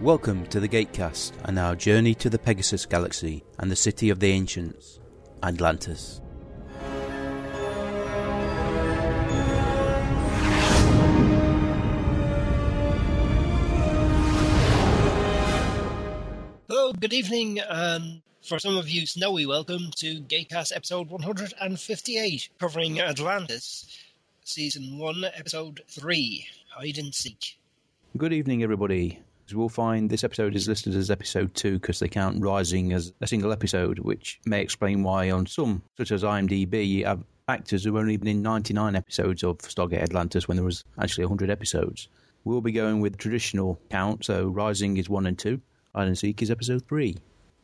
Welcome to the Gatecast and our journey to the Pegasus Galaxy and the city of the ancients, Atlantis. Hello, good evening, and for some of you, snowy welcome to Gaycast episode 158, covering Atlantis, season 1, episode 3, Hide and Seek. Good evening, everybody. As we'll find this episode is listed as episode two because they count Rising as a single episode, which may explain why on some, such as IMDb, you have actors who were only been in 99 episodes of Stargate Atlantis when there was actually 100 episodes. We'll be going with traditional count, so Rising is one and two, Hide and Seek is episode three.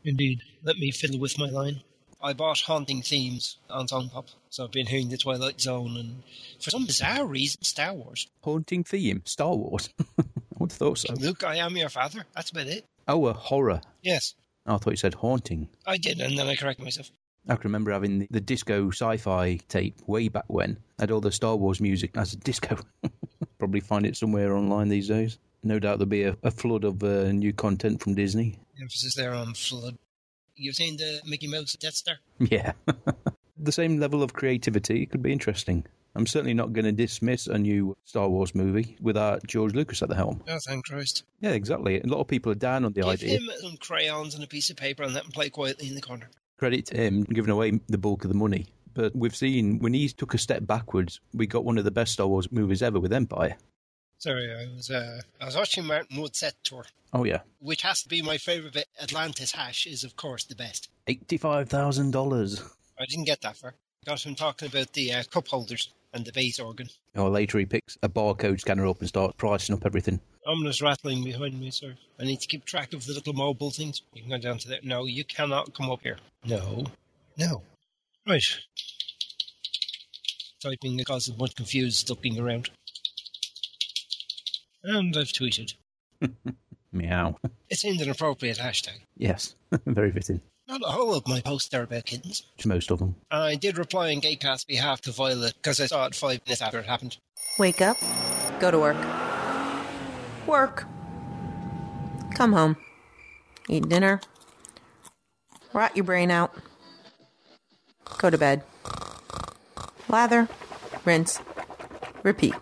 Indeed. Let me fiddle with my line. I bought Haunting Themes on Songpop, so I've been hearing The Twilight Zone, and for some bizarre reason, Star Wars. Haunting theme, Star Wars. I would have thought so. Luke, I am your father. That's about it. Oh, a horror. Yes, Oh, I thought you said haunting. I did, and then I corrected myself. I can remember having the, the disco sci fi tape way back when. Had all the Star Wars music as a disco. Probably find it somewhere online these days. No doubt there'll be a, a flood of uh, new content from Disney. Emphasis there on flood. You've seen the Mickey Mouse Death Star? Yeah. the same level of creativity. It could be interesting. I'm certainly not going to dismiss a new Star Wars movie without George Lucas at the helm. Oh, thank Christ. Yeah, exactly. A lot of people are down on the Give idea. him some crayons and a piece of paper and let him play quietly in the corner. credit to him giving away the bulk of the money. But we've seen when he took a step backwards, we got one of the best Star Wars movies ever with Empire. Sorry, I was uh, I was watching Martin Wood's set tour, Oh yeah, which has to be my favorite bit. Atlantis Hash is of course the best. eighty-five thousand dollars. I didn't get that far. Got him talking about the uh, cup holders and the bass organ. Or Oh, later he picks a barcode scanner up and starts pricing up everything. Ominous rattling behind me, sir. I need to keep track of the little mobile things. You can go down to there. No, you cannot come up here. No. No. Right. Typing because I'm much confused looking around. And I've tweeted. Meow. It seemed an appropriate hashtag. yes, very fitting. Not all of my posts are about kittens. It's most of them. And I did reply on Gatecast's behalf to Violet because I saw it five minutes after it happened. Wake up, go to work. Work. Come home. Eat dinner. Rot your brain out. Go to bed. Lather, rinse, repeat.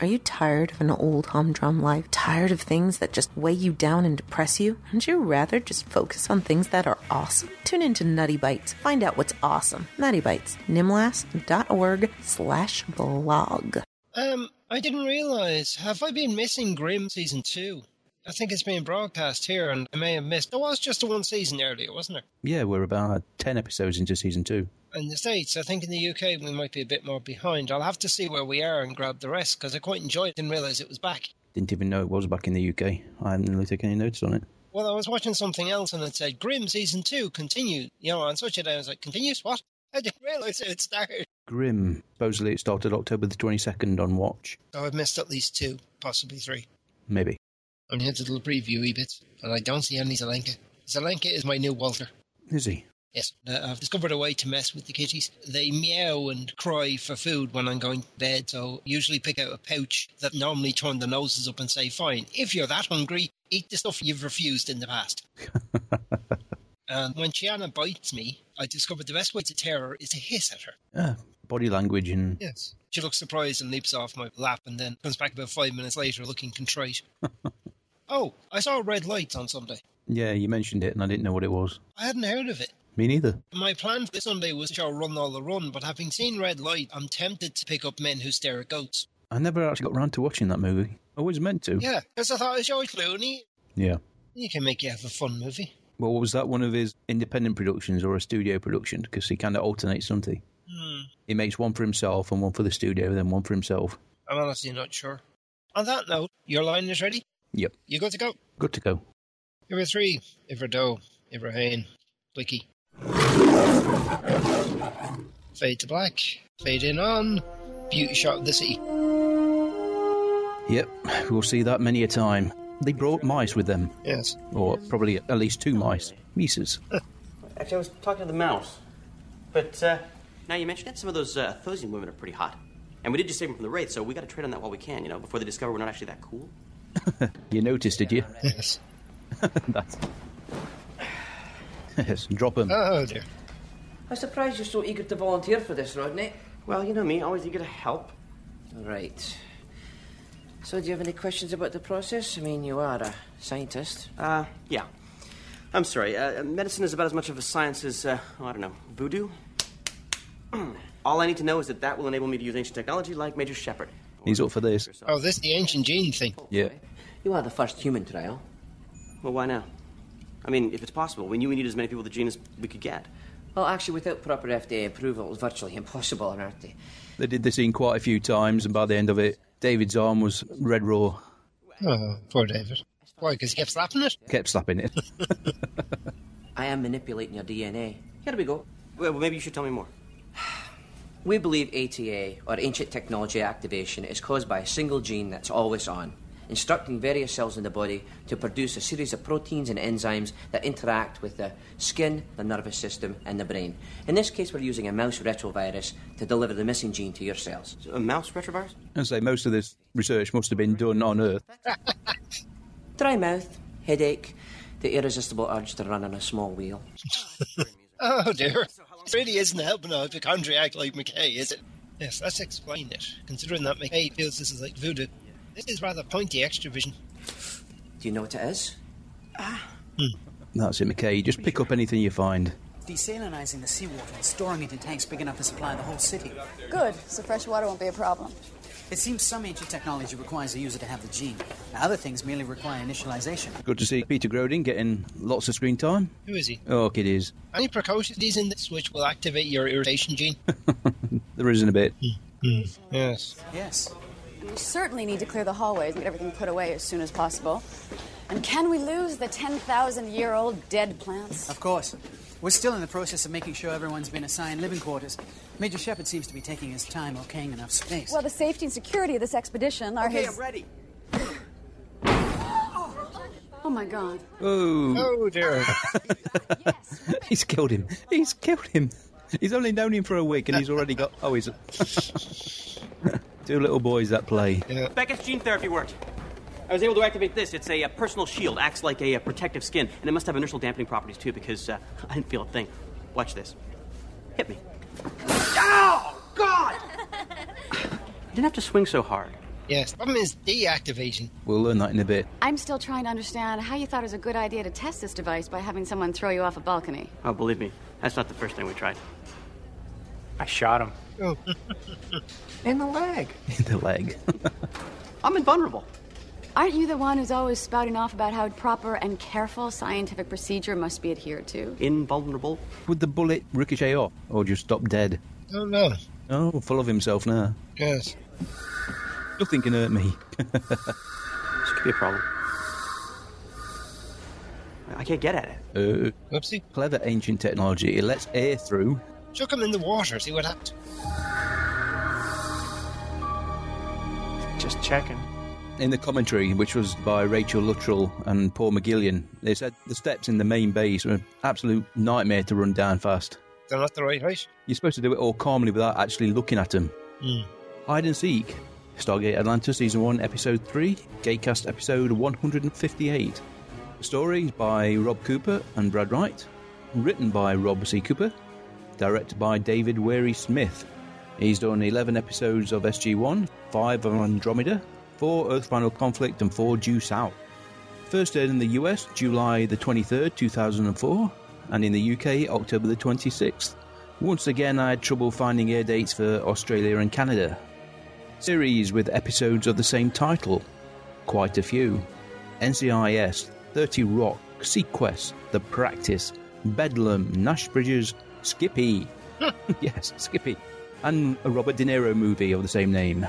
Are you tired of an old humdrum life? Tired of things that just weigh you down and depress you? Wouldn't you rather just focus on things that are awesome? Tune into Nutty Bites. Find out what's awesome. Nutty Bites. Nimlas.org slash blog. Um, I didn't realize. Have I been missing Grimm season two? I think it's being broadcast here, and I may have missed. There was just the one season earlier, wasn't there? Yeah, we're about ten episodes into season two. In the states, I think in the UK we might be a bit more behind. I'll have to see where we are and grab the rest because I quite enjoyed. it. Didn't realize it was back. Didn't even know it was back in the UK. I haven't really taken any notice on it. Well, I was watching something else and it said Grimm season two continued. You know, on such a day I was like, continues what? I didn't realize it had started. Grim. Supposedly it started October the twenty-second on Watch. So Oh, I've missed at least two, possibly three. Maybe. I'm here to little preview bits, and I don't see any Zelenka. Zelenka is my new Walter. Is he? Yes, uh, I've discovered a way to mess with the kitties. They meow and cry for food when I'm going to bed, so usually pick out a pouch that normally turn the noses up and say, fine, if you're that hungry, eat the stuff you've refused in the past. and when Chiana bites me, I discovered the best way to tear her is to hiss at her. Ah, body language and Yes. She looks surprised and leaps off my lap and then comes back about five minutes later looking contrite. oh, I saw red lights on Sunday. Yeah, you mentioned it, and I didn't know what it was. I hadn't heard of it. Me neither. My plan for Sunday was to show Run All the Run, but having seen Red Light, I'm tempted to pick up Men Who Stare at Goats. I never actually got round to watching that movie. I was meant to. Yeah, because I thought it's George Clooney. Yeah. He can make you have a fun movie. Well, was that one of his independent productions or a studio production? Because he kind of alternates, doesn't he? He makes one for himself and one for the studio, then one for himself. I'm honestly not sure. On that note, your line is ready. Yep. You good to go? Good to go. Number three, Iverdo, Ibrahim, Blicky. Fade to black. Fade in on. Beauty shot of the city. Yep. We'll see that many a time. They brought mice with them, Yes. or probably at least two mice. Mises. Actually, I was talking to the mouse. But uh, now you mention it, some of those uh, Athosian women are pretty hot. And we did just save them from the Wraith, so we gotta trade on that while we can, you know, before they discover we're not actually that cool. You noticed, did you? Yes. That's... yes, drop them. Oh dear. I'm surprised you're so eager to volunteer for this, Rodney. Well, you know me, always eager to help. Right. So, do you have any questions about the process? I mean, you are a scientist. Uh, yeah. I'm sorry, uh, medicine is about as much of a science as, uh, oh, I don't know, voodoo? All I need to know is that that will enable me to use ancient technology like Major Shepard. He's up for this. Oh, this the ancient gene thing. Yeah. You are the first human trial. Well, why now? I mean, if it's possible, we knew we needed as many people with the gene as we could get. Well, actually, without proper FDA approval, it's virtually impossible on Earth. Day. They did this scene quite a few times, and by the end of it, David's arm was red raw. Oh, poor David. Why? Because he kept slapping it. Kept slapping it. I am manipulating your DNA. Here we go. Well, maybe you should tell me more. We believe ATA, or ancient technology activation, is caused by a single gene that's always on, instructing various cells in the body to produce a series of proteins and enzymes that interact with the skin, the nervous system, and the brain. In this case, we're using a mouse retrovirus to deliver the missing gene to your cells. A mouse retrovirus? and say most of this research must have been done on Earth. Dry mouth, headache, the irresistible urge to run on a small wheel. Oh dear. It really isn't helping a hypochondriac like McKay, is it? Yes, let's explain it. Considering that McKay feels this is like voodoo, this is rather pointy extra vision. Do you know what it is? That's it, McKay. Just pick up anything you find. Desalinizing the seawater and storing it in tanks big enough to supply the whole city. Good, so fresh water won't be a problem. It seems some ancient technology requires the user to have the gene, and other things merely require initialization. Good to see Peter Grodin getting lots of screen time. Who is he? Oh, kid is. Any precocities in this which will activate your irritation gene? There isn't a bit. yes. Yes. We certainly need to clear the hallways and get everything put away as soon as possible. And can we lose the 10,000 year old dead plants? Of course. We're still in the process of making sure everyone's been assigned living quarters. Major Shepard seems to be taking his time okaying enough space. Well, the safety and security of this expedition are Okay, his. I'm ready. Oh my god. Oh, Oh dear. he's killed him. He's killed him. He's only known him for a week, and he's already got. Oh, he's two little boys that play. Beckett's gene therapy worked. I was able to activate this. It's a, uh personal shield, acts like a, uh protective skin, and it must have inertial dampening properties too because uh, I didn't feel a thing. Watch this. Hit me. Ow! God! I didn't have to swing so hard. Yes. Problem is deactivation. We'll learn that in a bit. I'm still trying to understand how you thought it was a good idea to test this device by having someone throw you off a balcony. Oh, believe me, that's not the first thing we tried. I shot him. In the leg. In the leg. I'm invulnerable. Aren't you the one who's always spouting off about how proper and careful scientific procedure must be adhered to? Invulnerable. Would the bullet ricochet off, or just stop dead? Oh no. Oh, full of himself now. Yes. Nothing can hurt me. This could be a problem. I can't get at it. Uh, Whoopsie. clever ancient technology. It lets air through. Chuck him in the water, see what happens. Just checking. In the commentary, which was by Rachel Luttrell and Paul McGillian, they said the steps in the main base were an absolute nightmare to run down fast. They're not the right height. You're supposed to do it all calmly without actually looking at them. Hide and seek. Stargate Atlanta Season 1, Episode 3, Gatecast Episode 158. The story is by Rob Cooper and Brad Wright. Written by Rob C. Cooper. Directed by David Wary Smith. He's done 11 episodes of SG1, 5 of Andromeda, 4 Earth Final Conflict, and 4 Due South. First aired in the US July the 23rd, 2004, and in the UK October the 26th. Once again, I had trouble finding air dates for Australia and Canada. Series with episodes of the same title. Quite a few. NCIS, 30 Rock, Sequest, The Practice, Bedlam, Nash Bridges, Skippy. yes, Skippy. And a Robert De Niro movie of the same name.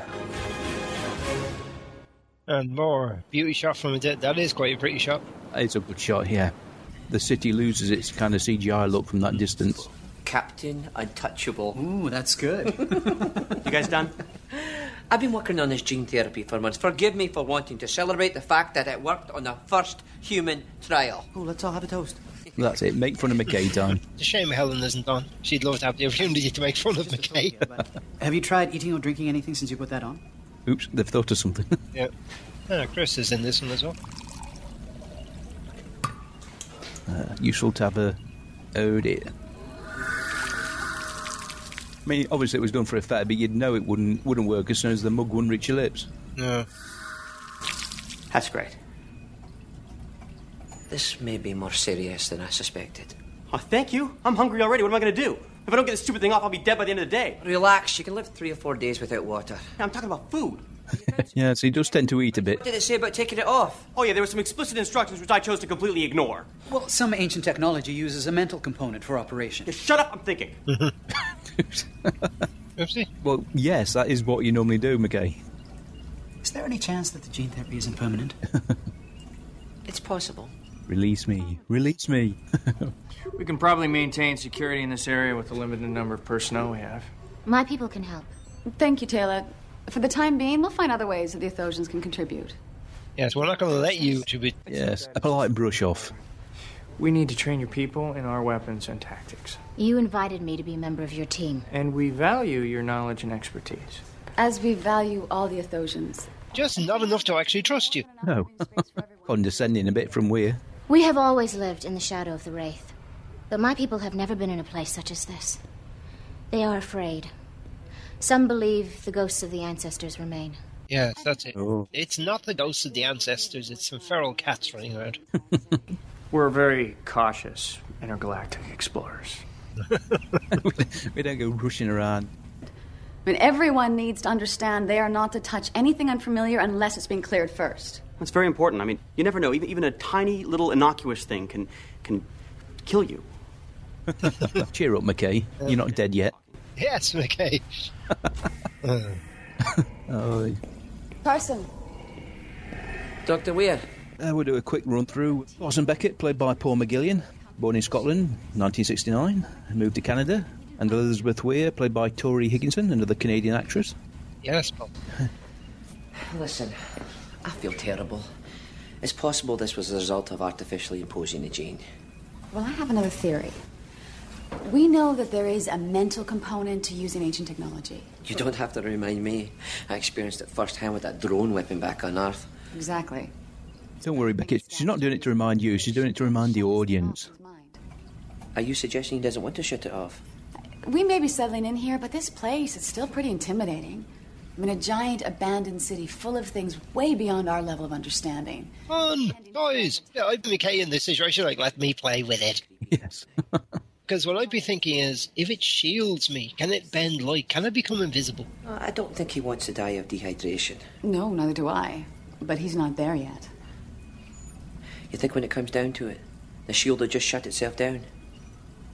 And more. Beauty shot from a dead. That is quite a pretty shot. It's a good shot here. The city loses its kind of CGI look from that distance. Captain Untouchable. Ooh, that's good. You guys done? I've been working on this gene therapy for months. Forgive me for wanting to celebrate the fact that it worked on the first human trial. Ooh, Oh, let's all have a toast. That's it. Make fun of McKay time. It's a shame Helen isn't on. She'd love to have the opportunity to make fun of McKay. Have you tried eating or drinking anything since you put that on? Oops, they've thought of something. yeah. Ah, Chris is in this one as well. useful to have a oh dear. I mean, obviously it was done for effect, but you'd know it wouldn't wouldn't work as soon as the mug wouldn't reach your lips. No. That's great. This may be more serious than I suspected. Oh, thank you. I'm hungry already. What am I going to do? If I don't get this stupid thing off, I'll be dead by the end of the day. Relax, you can live three or four days without water. I'm talking about food. Yeah, so he does tend to eat a What bit. did it say about taking it off? Oh, yeah, there were some explicit instructions which I chose to completely ignore. Well, some ancient technology uses a mental component for operation. Just shut up, I'm thinking. Oopsie. Well, yes, that is what you normally do, McKay. Is there any chance that the gene therapy isn't permanent? It's possible. Release me, release me. We can probably maintain security in this area with the limited number of personnel we have. My people can help. Thank you, Taylor. For the time being, we'll find other ways that the Ethosians can contribute. Yes, we're not going to let you to be. Yes, a polite brush off. We need to train your people in our weapons and tactics. You invited me to be a member of your team. And we value your knowledge and expertise. As we value all the Ethosians. Just not enough to actually trust you. No, condescending a bit from Weir. We have always lived in the shadow of the Wraith, but my people have never been in a place such as this. They are afraid. Some believe the ghosts of the ancestors remain. Yes, that's it. Oh. It's not the ghosts of the ancestors, it's some feral cats running around. We're very cautious intergalactic explorers. we don't go rushing around. I mean, everyone needs to understand they are not to touch anything unfamiliar unless it's been cleared first. That's very important. I mean, you never know. Even, even a tiny little innocuous thing can, can kill you. Cheer up, McKay. You're not dead yet. Yes, okay. Oh, Carson, Dr. Weir, Uh, we'll do a quick run through. Orson Beckett, played by Paul McGillian, born in Scotland, 1969, moved to Canada, and Elizabeth Weir, played by Tori Higginson, another Canadian actress. Yes, Bob. listen, I feel terrible. It's possible this was the result of artificially imposing the gene. well, I have another theory. We know that there is a mental component to using ancient technology. You don't have to remind me. I experienced it firsthand with that drone weapon back on Earth. Exactly. Don't worry, Beckett, she's not doing it to remind you, she's doing it to remind the audience. Are you suggesting he doesn't want to shut it off? We may be settling in here, but this place is still pretty intimidating. I'm in a giant abandoned city full of things way beyond our level of understanding. Fun, boys. Yeah, I'd be McKay in this situation, like, let me play with it. Yes. Because what I'd be thinking is, if it shields me, can it bend light? Can I become invisible? Uh, I don't think he wants to die of dehydration. No, neither do I. But he's not there yet. You think when it comes down to it, the shield will just shut itself down?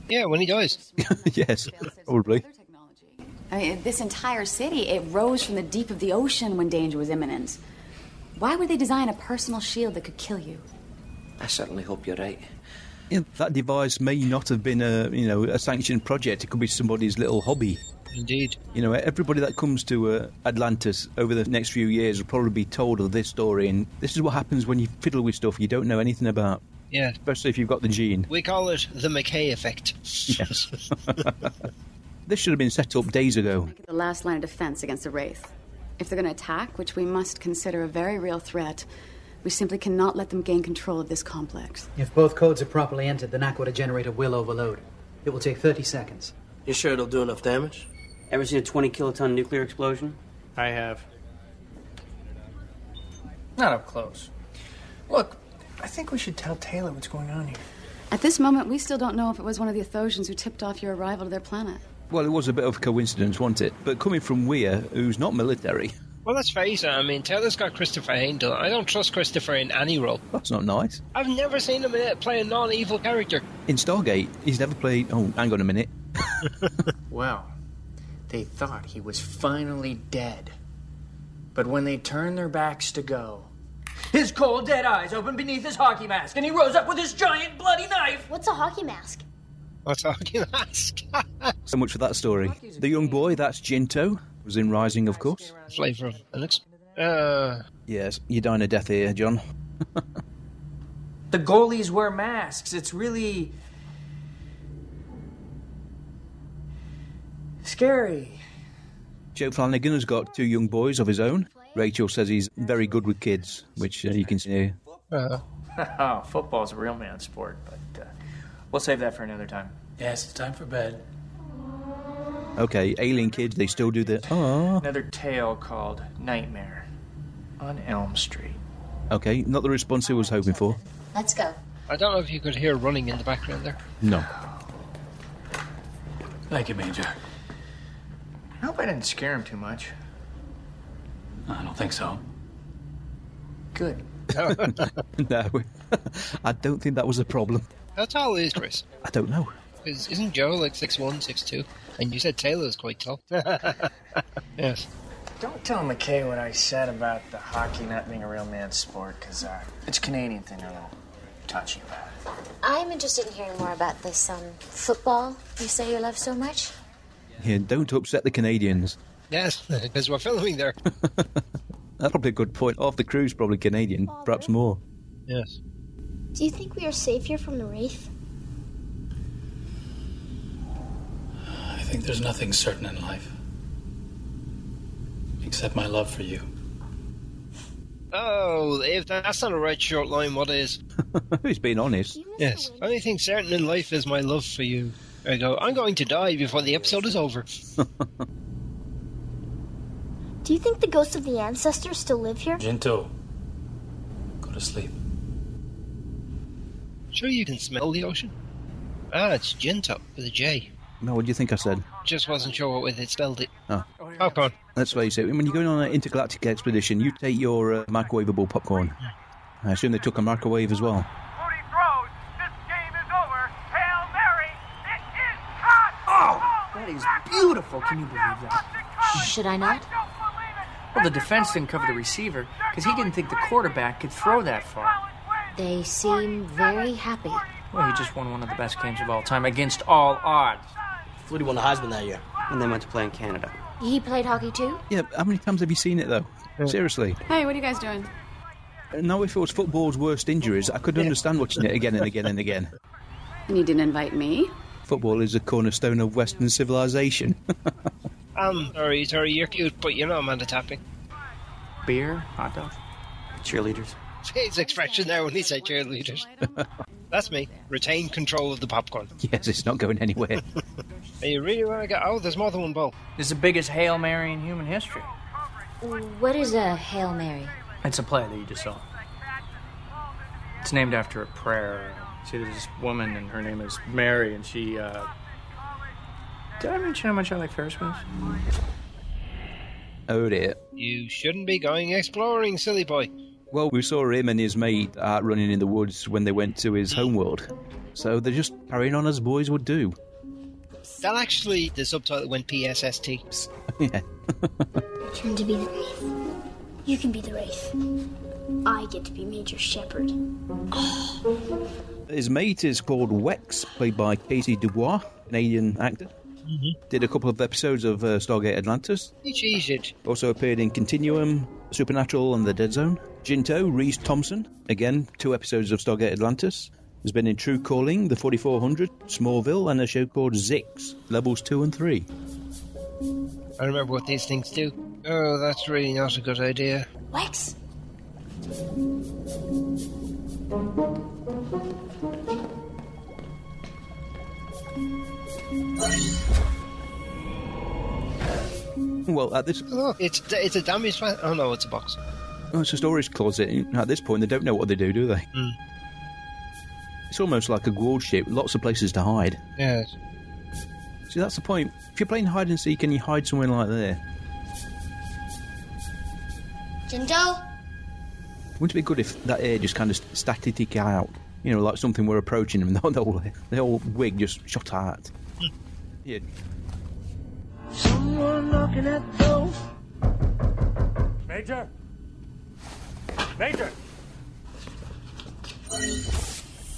Yeah, when he dies. yes, probably. I mean, this entire city, it rose from the deep of the ocean when danger was imminent. Why would they design a personal shield that could kill you? I certainly hope you're right. Yeah, that device may not have been a, you know, a sanctioned project. It could be somebody's little hobby. Indeed. You know, everybody that comes to uh, Atlantis over the next few years will probably be told of this story, and this is what happens when you fiddle with stuff you don't know anything about, Yeah. especially if you've got the gene. We call it the McKay effect. Yes. This should have been set up days ago. The last line of defense against the Wraith. If they're going to attack, which we must consider a very real threat, we simply cannot let them gain control of this complex. If both codes are properly entered, the Nakwata generator will overload. It will take 30 seconds. You sure it'll do enough damage? Ever seen a 20 kiloton nuclear explosion? I have. Not up close. Look, I think we should tell Taylor what's going on here. At this moment, we still don't know if it was one of the Ethosians who tipped off your arrival to their planet. Well, it was a bit of coincidence, wasn't it? But coming from Weir, who's not military, well, let's face it, I mean, Taylor's got Christopher Handel. I don't trust Christopher in any role. that's not nice. I've never seen him in- play a non evil character. In Stargate, he's never played. Oh, hang on a minute. Well, they thought he was finally dead. But when they turned their backs to go, His cold, dead eyes opened beneath his hockey mask, and he rose up with his giant bloody knife. What's a hockey mask? What's all I can ask? So much for that story. The young boy, that's Jinto, was in Rising, of course. Flavor of Linux. Uh, Yes, you're dying a death here, John. The goalies wear masks. It's really scary. Joe Flanagan has got two young boys of his own. Rachel says he's very good with kids, which uh, you can see here. oh, football's a real man sport, but uh, we'll save that for another time. Yes, it's time for bed. Okay, alien kids, they still do the. Oh. Another tale called Nightmare on Elm Street. Okay, not the response he was hoping for. Let's go. I don't know if you could hear running in the background there. No. Thank you, Major. I hope I didn't scare him too much. I don't think so. Good. no. I don't think that was a problem. How tall is Chris? I don't know. 'Cause isn't Joe like 6'1, 6'2? And you said Taylor's quite tall. yes. Don't tell McKay what I said about the hockey not being a real man's sport, because uh, it's a Canadian thing they're a little touchy about. I'm interested in hearing more about this um, football you say you love so much. Yeah, don't upset the Canadians. Yes, because we're filming there. That's probably a good point. Half the crew's probably Canadian, perhaps more. Yes. Do you think we are safe here from the Wraith? I think there's nothing certain in life. Except my love for you. Oh, if that's not a red short line, what is? He's being honest. Yes. Only thing certain in life is my love for you. There you go. I'm going to die before the episode is over. Do you think the ghosts of the ancestors still live here? Jinto, go to sleep. Sure, you can smell the ocean. Ah, it's Jinto with a J. No, what do you think I said? Just wasn't sure what way they spelled it. Oh. Popcorn. Let's face it, when you're going on an intergalactic expedition, you take your uh, microwavable popcorn. I assume they took a microwave as well. Cody throws. This game is over. Hail Mary. It is caught. Oh, that is beautiful. Can you believe that? Should I not? Well, the defense didn't cover the receiver because he didn't think the quarterback could throw that far. They seem very happy. Well, he just won one of the best games of all time against all odds. Flutie won the Heisman that year, and then went to play in Canada. He played hockey too? Yeah, how many times have you seen it though? Seriously. Hey, what are you guys doing? Now, if it was football's worst injuries, I could understand watching it again and again and again. And you didn't invite me? Football is a cornerstone of Western civilization. Um, sorry, sorry, you're cute, but you're not Amanda Tapping. Beer, hot dog. Cheerleaders. His expression there when he said cheerleaders. That's me. Retain control of the popcorn. yes, it's not going anywhere. Are you really want to go? Oh, there's more than one bowl. This is the biggest Hail Mary in human history. What is a Hail Mary? It's a play that you just saw. It's named after a prayer. See, there's this woman, and her name is Mary, and she, uh. Did I mention how much I like Ferris wheels? oh dear. You shouldn't be going exploring, silly boy. Well, we saw him and his mate out running in the woods when they went to his homeworld. So they're just carrying on as boys would do. That actually, the subtitle went PSST. yeah. Turn to be the Wraith. You can be the Wraith. I get to be Major Shepard. His mate is called Wex, played by Casey Dubois, Canadian actor. Did a couple of episodes of uh, Stargate Atlantis. He cheated. Also appeared in Continuum, Supernatural, and The Dead Zone. Jinto, Reese Thompson, again, two episodes of Stargate Atlantis. Has been in True Calling, The 4400, Smallville, and a show called Zix, levels 2 and 3. I remember what these things do. Oh, that's really not a good idea. Wex? Well, at this. Look, Oh, it's it's a damaged. pla- Oh no, it's a box. Oh, it's a storage closet. At this point, they don't know what they do, do they? Mm. It's almost like a gourd ship, lots of places to hide. Yes. See, that's the point. If you're playing hide and seek and you hide somewhere like there, Jinto? wouldn't it be good if that air just kind of static out? You know, like something we're approaching them, and the whole, the whole wig just shot out. Yeah. Major. Major.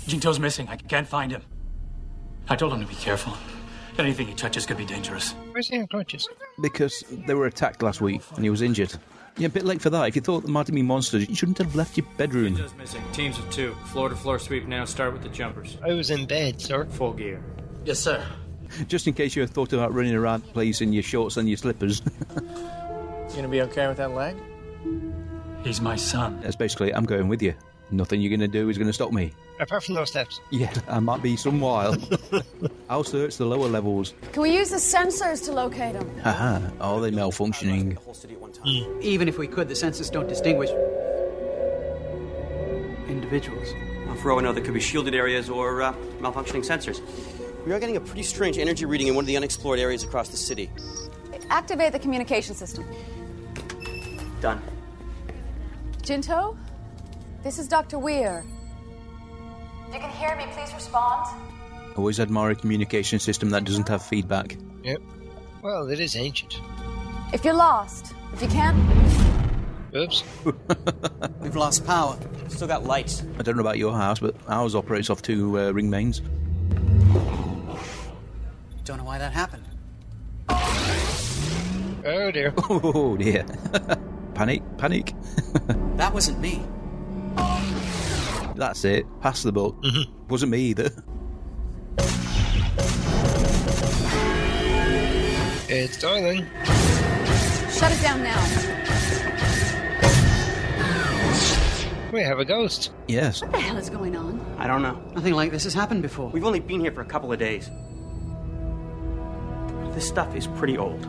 Jinto's missing. I can't find him. I told him to be careful. Anything he touches could be dangerous. Where's the unconscious? Because they were attacked last week and he was injured. Yeah, a bit late for that. If you thought there might have been monsters, you shouldn't have left your bedroom. Just missing. Teams of two. Floor to floor sweep now. Start with the jumpers. I was in bed, sir. Full gear. Yes, sir. Just in case you had thought about running around the place in your shorts and your slippers. You gonna be okay with that leg? He's my son. That's basically, I'm going with you. Nothing you're going to do is going to stop me. Apart from those steps. Yeah, I might be some while. I'll search the lower levels. Can we use the sensors to locate him? Haha, are they malfunctioning? Even if we could, the census don't distinguish individuals. Well, For all I know, there could be shielded areas or uh, malfunctioning sensors. We are getting a pretty strange energy reading in one of the unexplored areas across the city. Activate the communication system. Done. Jinto? This is Dr. Weir. You can hear me, please respond. Always admire a communication system that doesn't have feedback. Yep. Well, it is ancient. If you're lost, if you can't. Oops. We've lost power. Still got lights. I don't know about your house, but ours operates off two uh, ring mains. Don't know why that happened. Oh dear. Oh dear. panic, panic. That wasn't me. That's it. Pass the buck. Wasn't me either. It's Darling. Shut it down now. We have a ghost. Yes. What the hell is going on? I don't know. Nothing like this has happened before. We've only been here for a couple of days. This stuff is pretty old.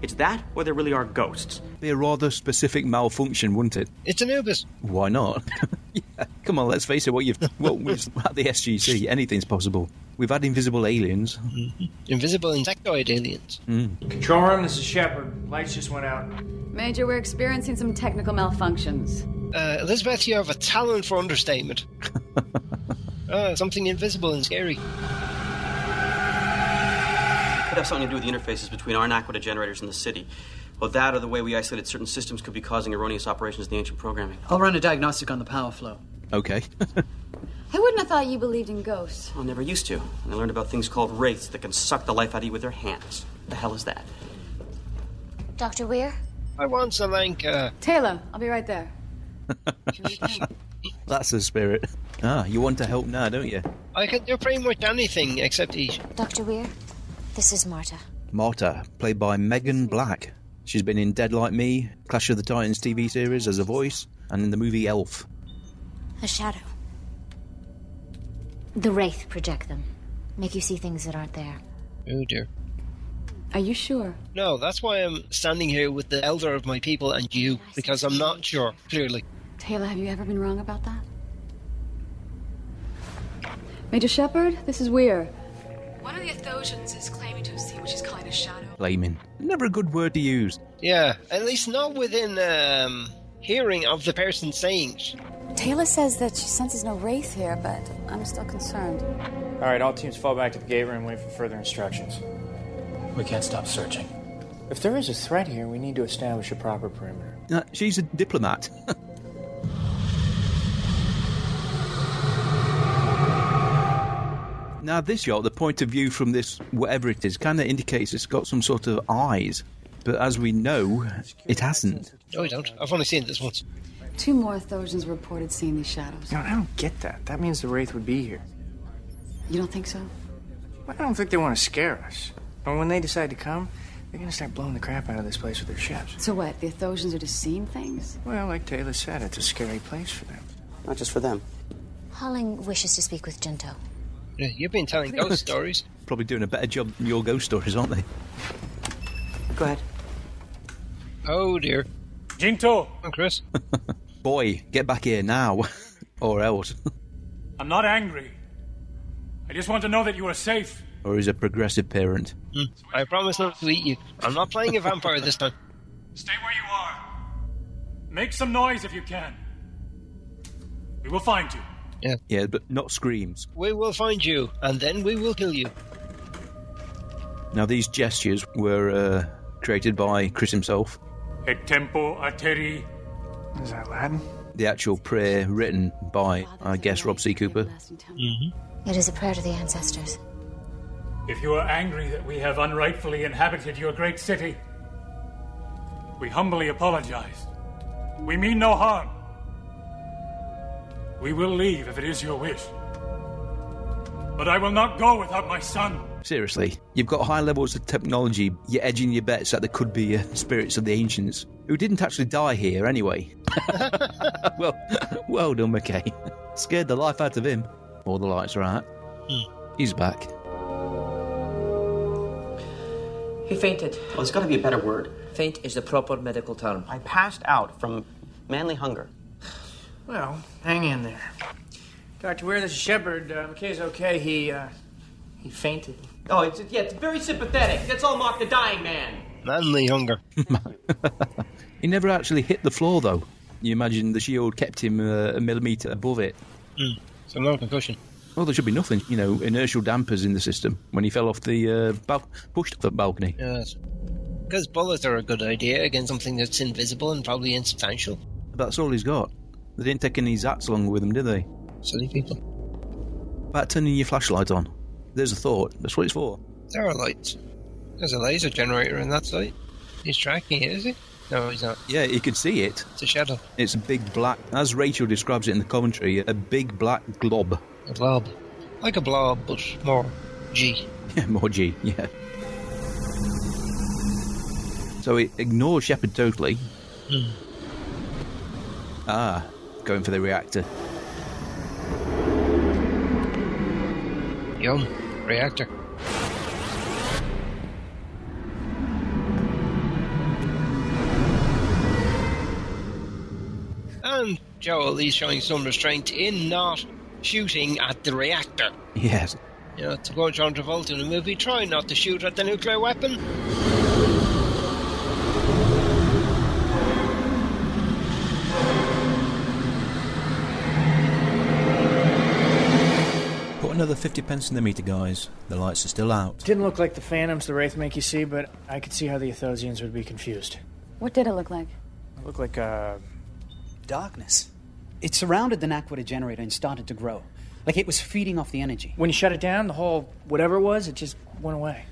It's that, or there really are ghosts. Be a rather specific malfunction, wouldn't it? It's Anubis. Why not? yeah. Come on, let's face it. What you've what we've at the SGC, anything's possible. We've had invisible aliens. Invisible insectoid aliens. Control room, this is Shepard. Lights just went out. Major, we're experiencing some technical malfunctions. Uh, Elizabeth, you have a talent for understatement. uh, something invisible and scary. could have something to do with the interfaces between our Aqua generators and the city. Well, that or the way we isolated certain systems could be causing erroneous operations in the ancient programming. I'll run a diagnostic on the power flow. Okay. I wouldn't have thought you believed in ghosts. I never used to. And I learned about things called wraiths that can suck the life out of you with their hands. What the hell is that? Dr. Weir? I want uh, Zelenka. Taylor, I'll be right there. That's the spirit. Ah, you want to help now, don't you? I can do pretty much anything except eat. Dr. Weir? This is Marta. Marta, played by Megan Black. She's been in Dead Like Me, Clash of the Titans TV series as a voice, and in the movie Elf. A shadow. The Wraith project them, make you see things that aren't there. Oh dear. Are you sure? No, that's why I'm standing here with the elder of my people and you, because I'm not sure, clearly. Taylor, have you ever been wrong about that? Major Shepard, this is Weir. One of the Athosians is claiming to have seen what she's calling a shadow. Blaming. Never a good word to use. Yeah, at least not within um, hearing of the person saying it. Taylor says that she senses no wraith here, but I'm still concerned. All right, all teams fall back to the gate room and wait for further instructions. We can't stop searching. If there is a threat here, we need to establish a proper perimeter. Uh, she's a diplomat. now, this shot, the point of view from this, whatever it is, kind of indicates it's got some sort of eyes. But as we know, it hasn't. No, I don't. I've only seen this once. Two more Athosians reported seeing these shadows. No, I don't get that. That means the Wraith would be here. You don't think so? I don't think they want to scare us. But when they decide to come, they're going to start blowing the crap out of this place with their ships. So what? The Athosians are just seeing things? Well, like Taylor said, it's a scary place for them. Not just for them. Holling wishes to speak with Jinto. Yeah, You've been telling ghost stories. Probably doing a better job than your ghost stories, aren't they? Go ahead. Oh dear. Jinto, Come on, Chris. Boy, get back here now, or else. I'm not angry. I just want to know that you are safe. or is a progressive parent. Hmm. I promise not to eat you. I'm not playing a vampire this time. Stay where you are. Make some noise if you can. We will find you. Yeah. Yeah, but not screams. We will find you, and then we will kill you. Now, these gestures were uh, created by Chris himself. Et tempo arteri. Is that Latin? The actual prayer written by, I guess, Rob C. Cooper. It is a prayer to the ancestors. If you are angry that we have unrightfully inhabited your great city, we humbly apologize. We mean no harm. We will leave if it is your wish. But I will not go without my son. Seriously, you've got high levels of technology, you're edging your bets that there could be uh, spirits of the ancients who didn't actually die here anyway. well, well done, McKay. Scared the life out of him. All the lights are out. He's back. He fainted. Well, there's got to be a better word. Faint is the proper medical term. I passed out from manly hunger. Well, hang in there. Dr. Weir, this is Shepard. Uh, McKay's okay. He, uh, he fainted. Oh, it's, yeah, it's very sympathetic. Let's all mock the dying man. Manly hunger. he never actually hit the floor, though. You imagine the shield kept him uh, a millimetre above it. Mm. So no concussion. Well, there should be nothing, you know, inertial dampers in the system when he fell off the uh, bal- pushed off the balcony. Yes. Because bullets are a good idea against something that's invisible and probably insubstantial. That's all he's got. They didn't take any Zats along with them, did they? Silly people. About turning your flashlight on. There's a thought. That's what it's for. There are lights. There's a laser generator in that site. He's tracking it, is he? No, he's not. Yeah, you can see it. It's a shadow. It's a big black, as Rachel describes it in the commentary, a big black glob. A blob. Like a blob, but more G. Yeah, more G, yeah. So it ignores Shepard totally. Hmm. Ah, going for the reactor. Yum, reactor. And Joel is showing some restraint in not shooting at the reactor. Yes. You know, to go John Travolta in a movie, try not to shoot at the nuclear weapon. Put another 50 pence in the meter, guys. The lights are still out. Didn't look like the phantoms the Wraith make you see, but I could see how the Athosians would be confused. What did it look like? It looked like, uh. Darkness. It surrounded the Nakwita generator and started to grow. Like it was feeding off the energy. When you shut it down, the whole whatever it was, it just went away.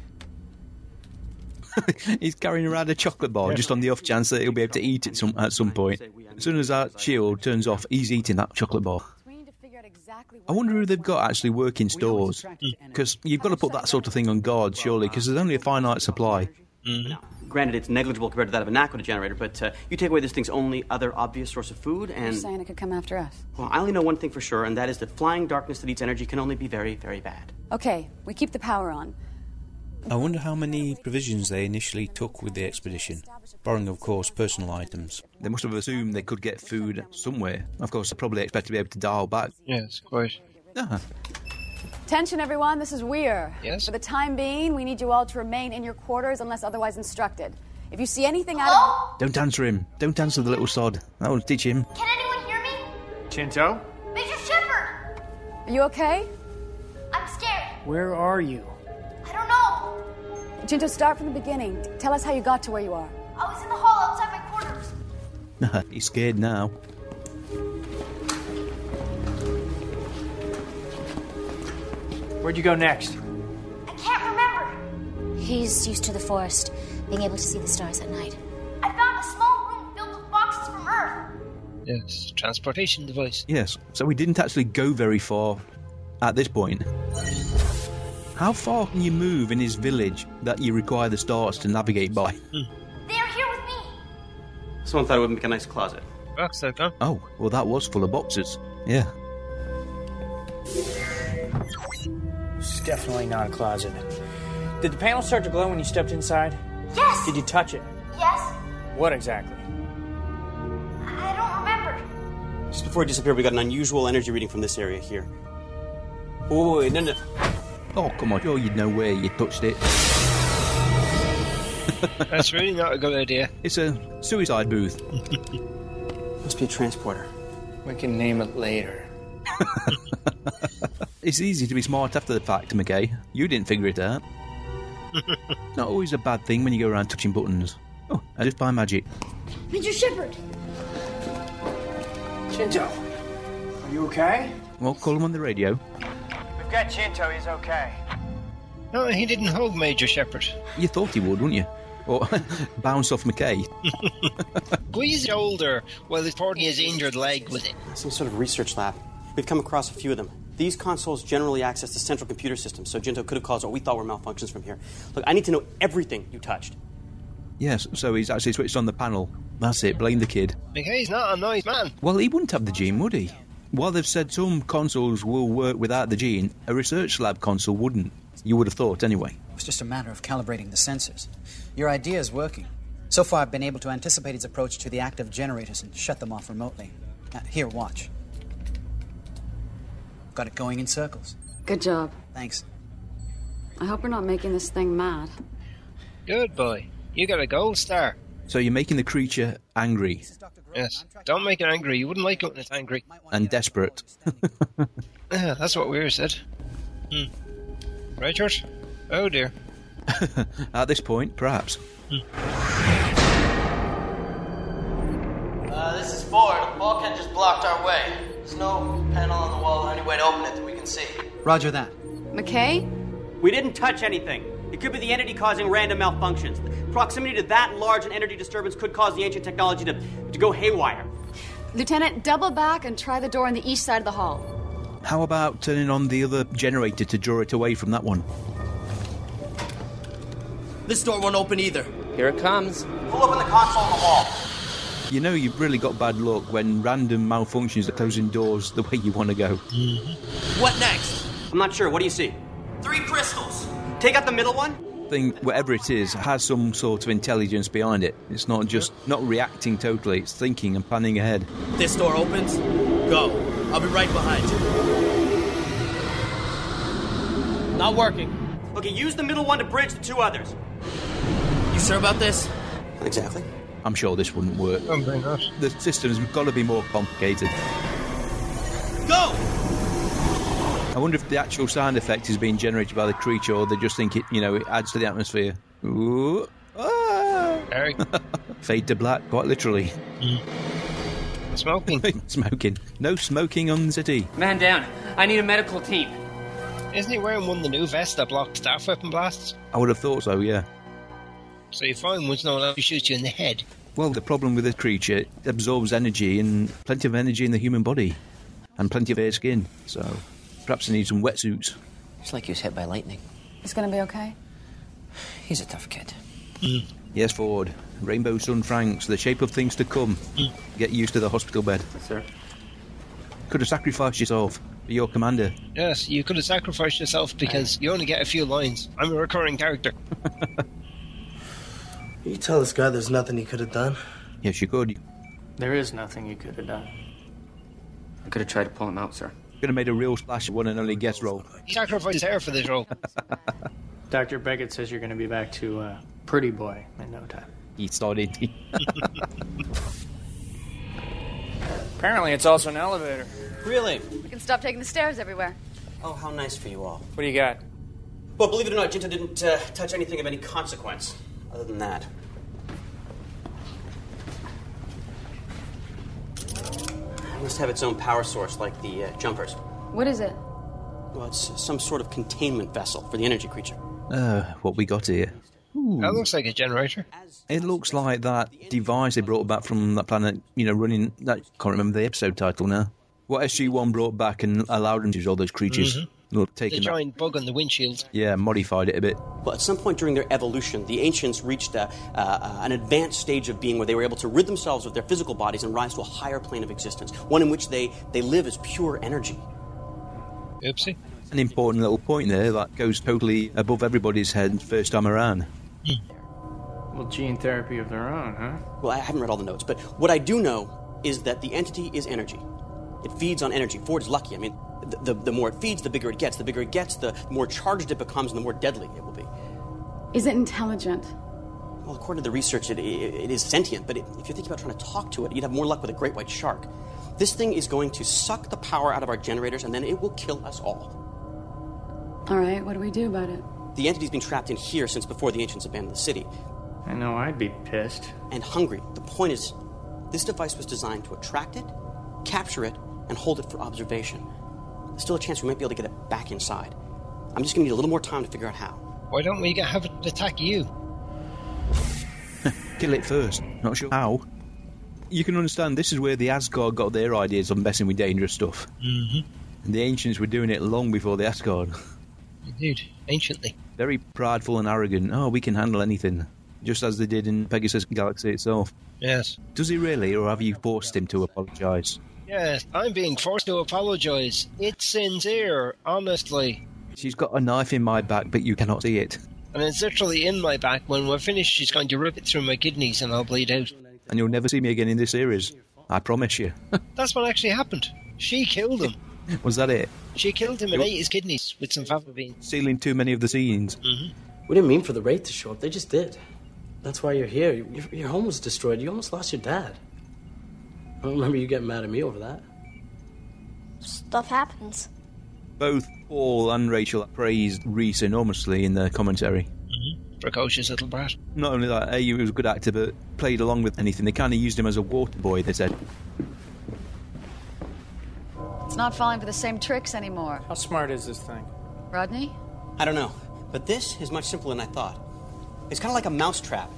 He's carrying around a chocolate bar just on the off chance that he'll be able to eat it some, at some point. As soon as that shield turns off, he's eating that chocolate bar. I wonder who they've got actually working stores. Because you've got to put that sort of thing on guard, surely, because there's only a finite supply. Mm-hmm. Granted, it's negligible compared to that of an aqua generator, but uh, you take away this thing's only other obvious source of food, and You're saying it could come after us. well, I only know one thing for sure, and that is that flying darkness that eats energy can only be very, very bad. Okay, we keep the power on. I wonder how many provisions they initially took with the expedition, barring, of course, personal items. They must have assumed they could get food somewhere. Of course, they probably expect to be able to dial back. Yes, of course. Ah, Attention, everyone. This is Weir. Yes? For the time being, we need you all to remain in your quarters unless otherwise instructed. If you see anything out of don't answer him. Don't answer the little sod. That will teach him. Can anyone hear me? Chinto? Major Shepard! are you okay? I'm scared. Where are you? I don't know. Jinto, start from the beginning. Tell us how you got to where you are. I was in the hall outside my quarters. He's scared now. Where'd you go next? I can't remember. He's used to the forest, being able to see the stars at night. I found a small room filled with boxes from Earth. Yes, transportation device. Yes. So we didn't actually go very far at this point. How far can you move in his village that you require the stars to navigate by? They are here with me. Someone thought it would make a nice closet. Box open. Oh, well, that was full of boxes. Yeah. It's definitely not a closet. Did the panel start to glow when you stepped inside? Yes. Did you touch it? Yes. What exactly? I don't remember. Just before he disappeared, we got an unusual energy reading from this area here. Oh, wait, no, no. Oh, come on. Oh, you'd know where you touched it. That's really not a good idea. It's a suicide booth. Must be a transporter. We can name it later. It's easy to be smart after the fact, McKay. You didn't figure it out. Not always a bad thing when you go around touching buttons. Oh, I just by magic. Major Shepard! Chinto, are you okay? Well, call him on the radio. We've got Chinto. He's okay. No, he didn't hold Major Shepard. You thought he would, wouldn't you? Or bounce off McKay. Squeeze his shoulder while he's porting his injured leg with it. Some sort of research lab. We've come across a few of them. These consoles generally access the central computer system, so Jinto could have caused what we thought were malfunctions from here. Look, I need to know everything you touched. Yes, so he's actually switched on the panel. That's it, blame the kid. McKay's not a nice man. Well, he wouldn't have the gene, would he? While they've said some consoles will work without the gene, a research lab console wouldn't. You would have thought, anyway. It's just a matter of calibrating the sensors. Your idea is working. So far, I've been able to anticipate its approach to the active generators and shut them off remotely. Uh, here, watch. Got it going in circles. Good job. Thanks. I hope we're not making this thing mad. Good boy. You got a gold star. So you're making the creature angry Yes. Don't make it angry. You wouldn't like it when it's angry. and desperate. Yeah, that's what Weir said. Hmm. Right, George? Oh dear. At this point, perhaps. Uh, this is Ford. The bulkhead just blocked our way. There's no panel on the wall or any way to open it that we can see. Roger that. McKay? We didn't touch anything. It could be the entity causing random malfunctions. Proximity to that large an energy disturbance could cause the ancient technology to, to go haywire. Lieutenant, double back and try the door on the east side of the hall. How about turning on the other generator to draw it away from that one? This door won't open either. Here it comes. Pull open the console on the wall. You know, you've really got bad luck when random malfunctions are closing doors the way you want to go. What next? I'm not sure. What do you see? Three crystals. Take out the middle one? Thing, whatever it is, has some sort of intelligence behind it. It's not just not reacting totally, it's thinking and planning ahead. This door opens. Go. I'll be right behind you. Not working. Okay, use the middle one to bridge the two others. You sure about this? Exactly. I'm sure this wouldn't work. Oh my gosh. The system's got to be more complicated. Go! I wonder if the actual sound effect is being generated by the creature or they just think it, you know, it adds to the atmosphere. Ooh. Ah. Eric, Fade to black, quite literally. smoking. smoking. No smoking on the city. Man down. I need a medical team. Isn't he wearing one of the new vests that block staff weapon blasts? I would have thought so, yeah. So you find one's not allowed to shoot you in the head. Well, the problem with this creature, it absorbs energy and plenty of energy in the human body and plenty of air skin. So perhaps they need some wetsuits. It's like he was hit by lightning. It's gonna be okay? He's a tough kid. Yes, Ford. Rainbow Sun Franks, the shape of things to come. Get used to the hospital bed. Sir? Could have sacrificed yourself for your commander. Yes, you could have sacrificed yourself because you only get a few lines. I'm a recurring character. You tell this guy there's nothing he could have done. Yes, you could. There is nothing you could have done. I could have tried to pull him out, sir. Could have made a real splash at one and only guest role. He sacrificed his hair for this role. Dr. Beckett says you're going to be back to uh, Pretty Boy in no time. He started. Apparently, it's also an elevator. Really? We can stop taking the stairs everywhere. Oh, how nice for you all. What do you got? Well, believe it or not, Jinta didn't uh, touch anything of any consequence other than that. It must have its own power source, like the uh, jumpers. What is it? Well, it's some sort of containment vessel for the energy creature. Uh, what we got here? Ooh. That looks like a generator. It looks like that device they brought back from that planet, you know, running. I can't remember the episode title now. What SG1 brought back and allowed them to use all those creatures. Look, Mm-hmm. The taking that- giant bug on the windshield. Yeah, modified it a bit. Well, at some point during their evolution, the ancients reached a, uh, uh, an advanced stage of being where they were able to rid themselves of their physical bodies and rise to a higher plane of existence, one in which they, they live as pure energy. Oopsie. An important little point there that goes totally above everybody's head first time around. Well, gene therapy of their own, huh? Well, I haven't read all the notes, but what I do know is that the entity is energy. It feeds on energy. Ford is lucky. I mean, the, the, the more it feeds, the bigger it gets. The bigger it gets, the more charged it becomes, and the more deadly it will be. Is it intelligent? Well, according to the research, it, it, it is sentient, but it, if you're thinking about trying to talk to it, you'd have more luck with a great white shark. This thing is going to suck the power out of our generators, and then it will kill us all. All right, what do we do about it? The entity's been trapped in here since before the ancients abandoned the city. I know I'd be pissed. and hungry. The point is, this device was designed to attract it, capture it, and hold it for observation. There's still a chance we might be able to get it back inside. I'm just gonna need a little more time to figure out how. Why don't we get- have it attack you? Kill it first. Not sure how. You can understand this is where the Asgard got their ideas on messing with dangerous stuff. The ancients were doing it long before the Asgard. Indeed, anciently. Very prideful and arrogant. Oh, we can handle anything. Just as they did in Pegasus Galaxy itself. Yes. Does he really, or have you forced him to apologise? Yes, I'm being forced to apologise. It's sincere, honestly. She's got a knife in my back, but you cannot see it. And it's literally in my back. When we're finished, she's going to rip it through my kidneys and I'll bleed out. And you'll never see me again in this series. I promise you. That's what actually happened. She killed him. Was that it? She killed him and ate his kidneys with some fapamine. Stealing too many of the scenes. Mm-hmm. We didn't mean for the Wraith to show up, they just did. That's why you're here. Your, your home was destroyed. You almost lost your dad. I don't remember you getting mad at me over that. Stuff happens. Both Paul and Rachel praised Reese enormously in their commentary. Mm-hmm. Precocious little brat. Not only that, he was a good actor, but played along with anything. They kind of used him as a water boy, they said. It's not falling for the same tricks anymore. How smart is this thing? Rodney? I don't know, but this is much simpler than I thought. It's kind of like a mousetrap.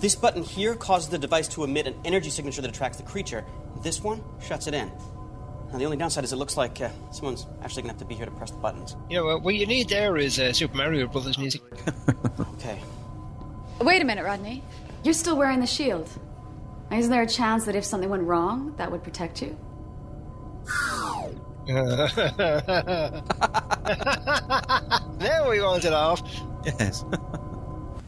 This button here causes the device to emit an energy signature that attracts the creature. This one shuts it in. Now, the only downside is it looks like uh, someone's actually going to have to be here to press the buttons. You know, uh, what you need there is uh, Super Mario Brothers music. okay. Wait a minute, Rodney. You're still wearing the shield. Isn't there a chance that if something went wrong, that would protect you? now we want it off. Yes.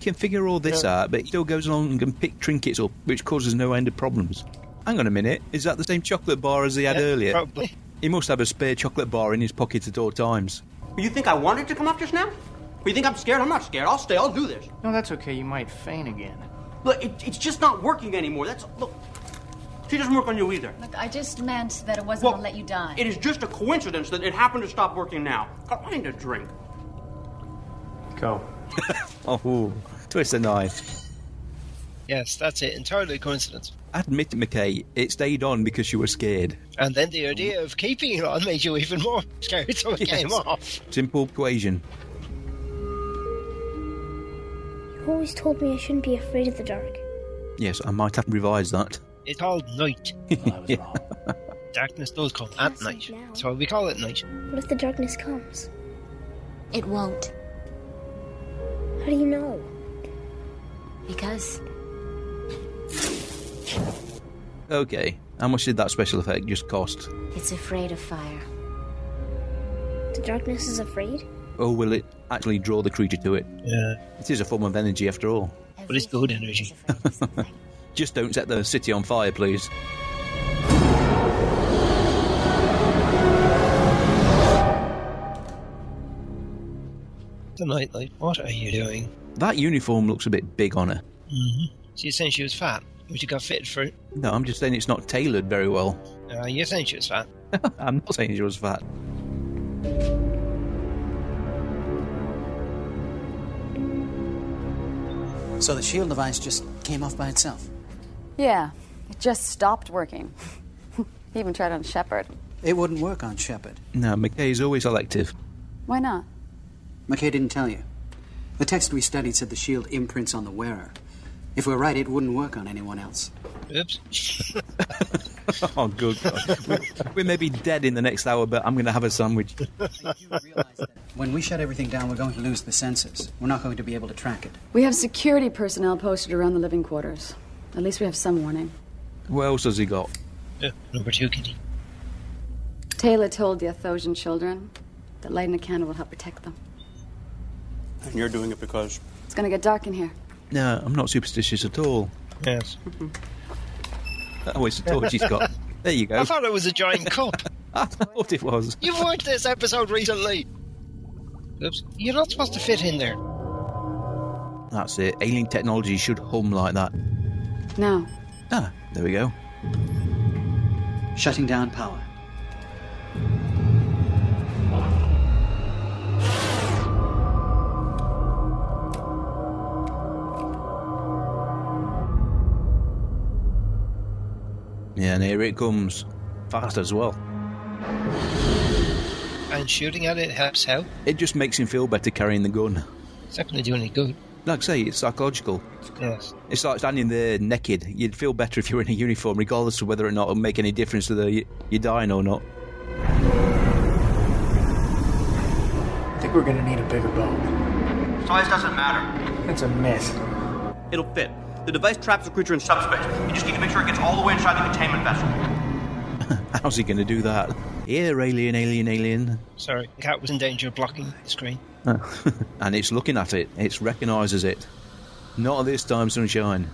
can figure all this yeah. out, but he still goes along and can pick trinkets up, which causes no end of problems. Hang on a minute, is that the same chocolate bar as he had Yeah, earlier? probably. He must have a spare chocolate bar in his pocket at all times. You think I wanted to come up just now? Or you think I'm scared? I'm not scared. I'll stay. I'll do this. No, that's okay. You might faint again. Look, it, it's just not working anymore. That's look. She doesn't work on you either. Look, I just meant that it wasn't Well, gonna let you die. It is just a coincidence that it happened to stop working now. I need a drink. Go. Oh, twist the knife. Yes, that's it. Entirely coincidence. Admit, McKay, it stayed on because you were scared. And then the idea of keeping it on made you even more scared, so it came off. Simple equation. You always told me I shouldn't be afraid of the dark. Yes, I might have to revise that. It's called night. Darkness does come at night. That's why we call it night. What if the darkness comes? It won't. How do you know? Because Okay, how much did that special effect just cost? it's afraid of fire. The darkness is afraid? Or will it actually draw the creature to it? Yeah. It is a form of energy after all. But it's good energy. Just don't set the city on fire, please. The nightlight. What are you doing? That uniform looks a bit big on her. Mm-hmm. She's saying she was fat. Would you got fitted for it? No, I'm just saying it's not tailored very well. Uh, you're saying she was fat. I'm not saying she was fat. So the shield device just came off by itself. Yeah, it just stopped working. he even tried on Shepard. It wouldn't work on Shepard. No, McKay's always selective. Why not? McKay didn't tell you. The text we studied said the shield imprints on the wearer. If we're right, it wouldn't work on anyone else. Oops. oh, good God. We- we may be dead in the next hour, but I'm going to have a sandwich. When we shut everything down, we're going to lose the sensors. We're not going to be able to track it. We have security personnel posted around the living quarters. At least we have some warning. What else has he got? Yeah, Uh, number two kitty. Taylor told the Athosian children that lighting a candle will help protect them. And you're doing it because. It's gonna get dark in here. No, I'm not superstitious at all. Yes. Oh, it's a torch he's got. There you go. I thought it was a giant cup. I thought it was. You've watched this episode recently. Oops. You're not supposed to fit in there. That's it. Alien technology should hum like that. No. Ah, there we go. Shutting down power. Yeah, and here it comes. Fast as well. And shooting at it helps how? It just makes him feel better carrying the gun. It's not going to do any good. Like I say, it's psychological. Yes. It's like standing there naked. You'd feel better if you were in a uniform, regardless of whether or not it'll make any difference to the you're dying or not. think we're gonna need a bigger boat. Size doesn't matter. That's a mess. It'll fit. The device traps the creature in subspace. You just need to make sure it gets all the way inside the containment vessel. How's he going to do that? Here, alien, alien, alien. Sorry, the cat was in danger of blocking the screen. Oh. and it's looking at it. It recognises it. Not this time, sunshine.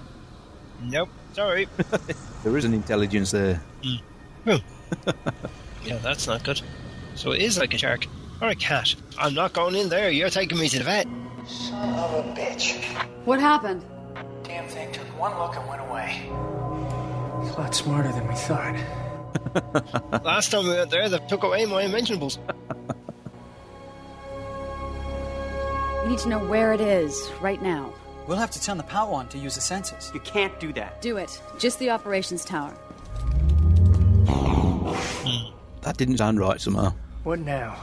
Nope, sorry. There is an intelligence there. Mm. yeah, that's not good. So it is like a shark or a cat. I'm not going in there. You're taking me to the vet. Son of a bitch. What happened? Damn thing took one look and went away. It's a lot smarter than we thought. Last time we went there, they took away my unmentionables. We need to know where it is right now. We'll have to turn the power on to use the sensors. You can't do that. Do it. Just the operations tower. That didn't sound right somehow. What now?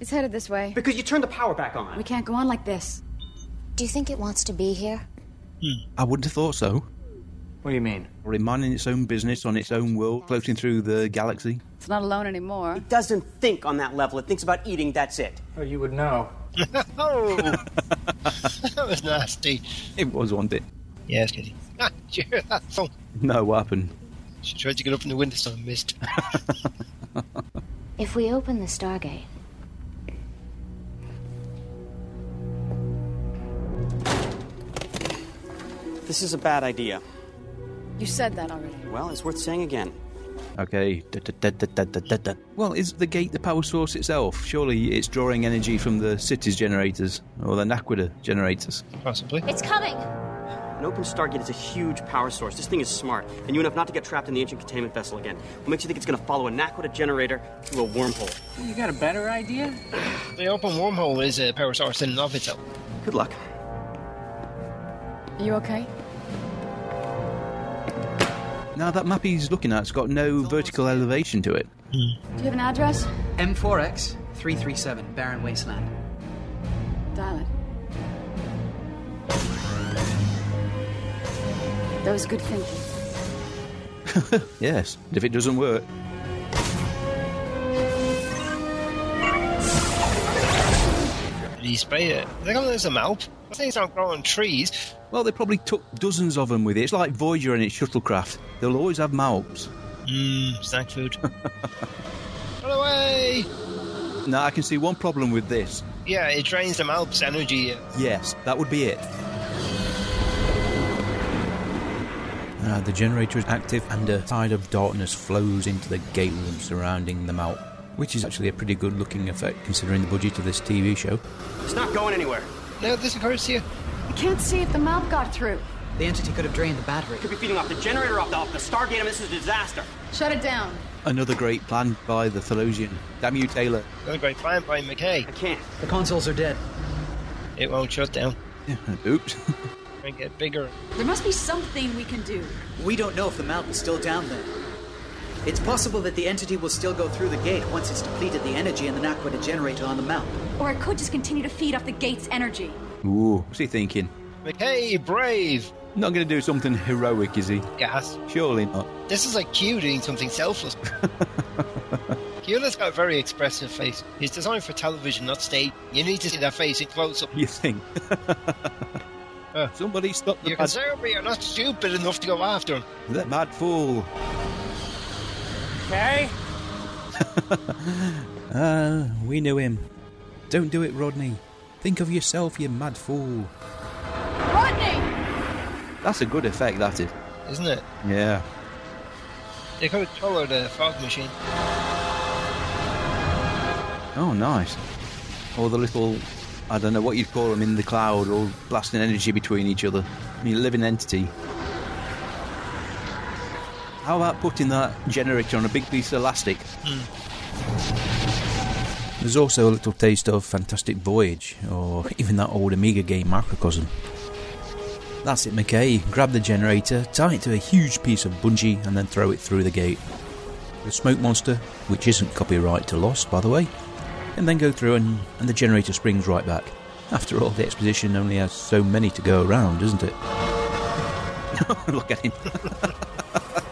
It's headed this way. Because you turned the power back on. We can't go on like this. Do you think it wants to be here? I wouldn't have thought so. What do you mean? Or it minding its own business on its own world, floating through the galaxy. It's not alone anymore. It doesn't think on that level. It thinks about eating, that's it. Oh, you would know. oh! that was nasty. It was, wasn't it? Yes, Kitty. Ah, did you hear that song? No, what happened? She tried to get up in the window, so I missed. If we open the Stargate, This is a bad idea. You said that already. Well, it's worth saying again. Okay. Da, da, da, da, da, da, da. Well, is the gate the power source itself? Surely it's drawing energy from the city's generators or the Naquita generators. Possibly. It's coming! An open Stargate is a huge power source. This thing is smart, and you enough not to get trapped in the ancient containment vessel again. What makes you think it's going to follow a Naquita generator through a wormhole? You got a better idea? The open wormhole is a power source in and of itself. Good luck. Are you okay? Now, that map he's looking at's got no vertical elevation to it. Do you have an address? M4X 337, Barren Wasteland. Dial it. That was good thinking. Yes. If it doesn't work, You spray it. They got those a mouth. Things aren't growing trees. well, they probably took dozens of them with it. It's like Voyager and its shuttlecraft. They'll always have malps. Mmm, snack food. Run away! Now, I can see one problem with this. Yeah, it drains the Malp's energy. Yes, that would be it. Uh, the generator is active and a tide of darkness flows into the gate room surrounding the mount, which is actually a pretty good looking effect considering the budget of this TV show. It's not going anywhere. No, this occurs to you. I can't see if the mouth got through. The entity could have drained the battery. Could be feeding off the generator, off the, off the Stargate, and this is a disaster. Shut it down. Another great plan by the Thelosian. Damn you, Taylor. Another great plan by McKay. I can't. The consoles are dead. It won't shut down. Oops. And get bigger. There must be something we can do. We don't know if the mount is still down there. It's possible that the entity will still go through the gate once it's depleted the energy in the Naquita generator on the mount. Or it could just continue to feed off the gate's energy. Ooh, what's he thinking? McKay, brave! Not going to do something heroic, is he? Gas. Surely not. This is like Q doing something selfless. Keola's got a very expressive face. It's designed for television, not stage. You need to see that face in close up. You think? Somebody stop the Uh, You can bad- serve me, you're not stupid enough to go after him. that mad fool. Okay? Ah, we knew him. Don't do it, Rodney. Think of yourself, you mad fool. Rodney! That's a good effect, that is. Isn't it? Yeah. They could have coloured a fog machine. Oh, nice. All the little, I don't know what you'd call them in the cloud, all blasting energy between each other. I mean, living entity. How about putting that generator on a big piece of elastic? Hmm. There's also a little taste of Fantastic Voyage, or even that old Amiga game Microcosm. That's it, McKay. Grab the generator, tie it to a huge piece of bungee, and then throw it through the gate. The smoke monster, which isn't copyright to Lost, by the way, and then go through and, and the generator springs right back. After all, the exposition only has so many to go around, isn't it? Look at him.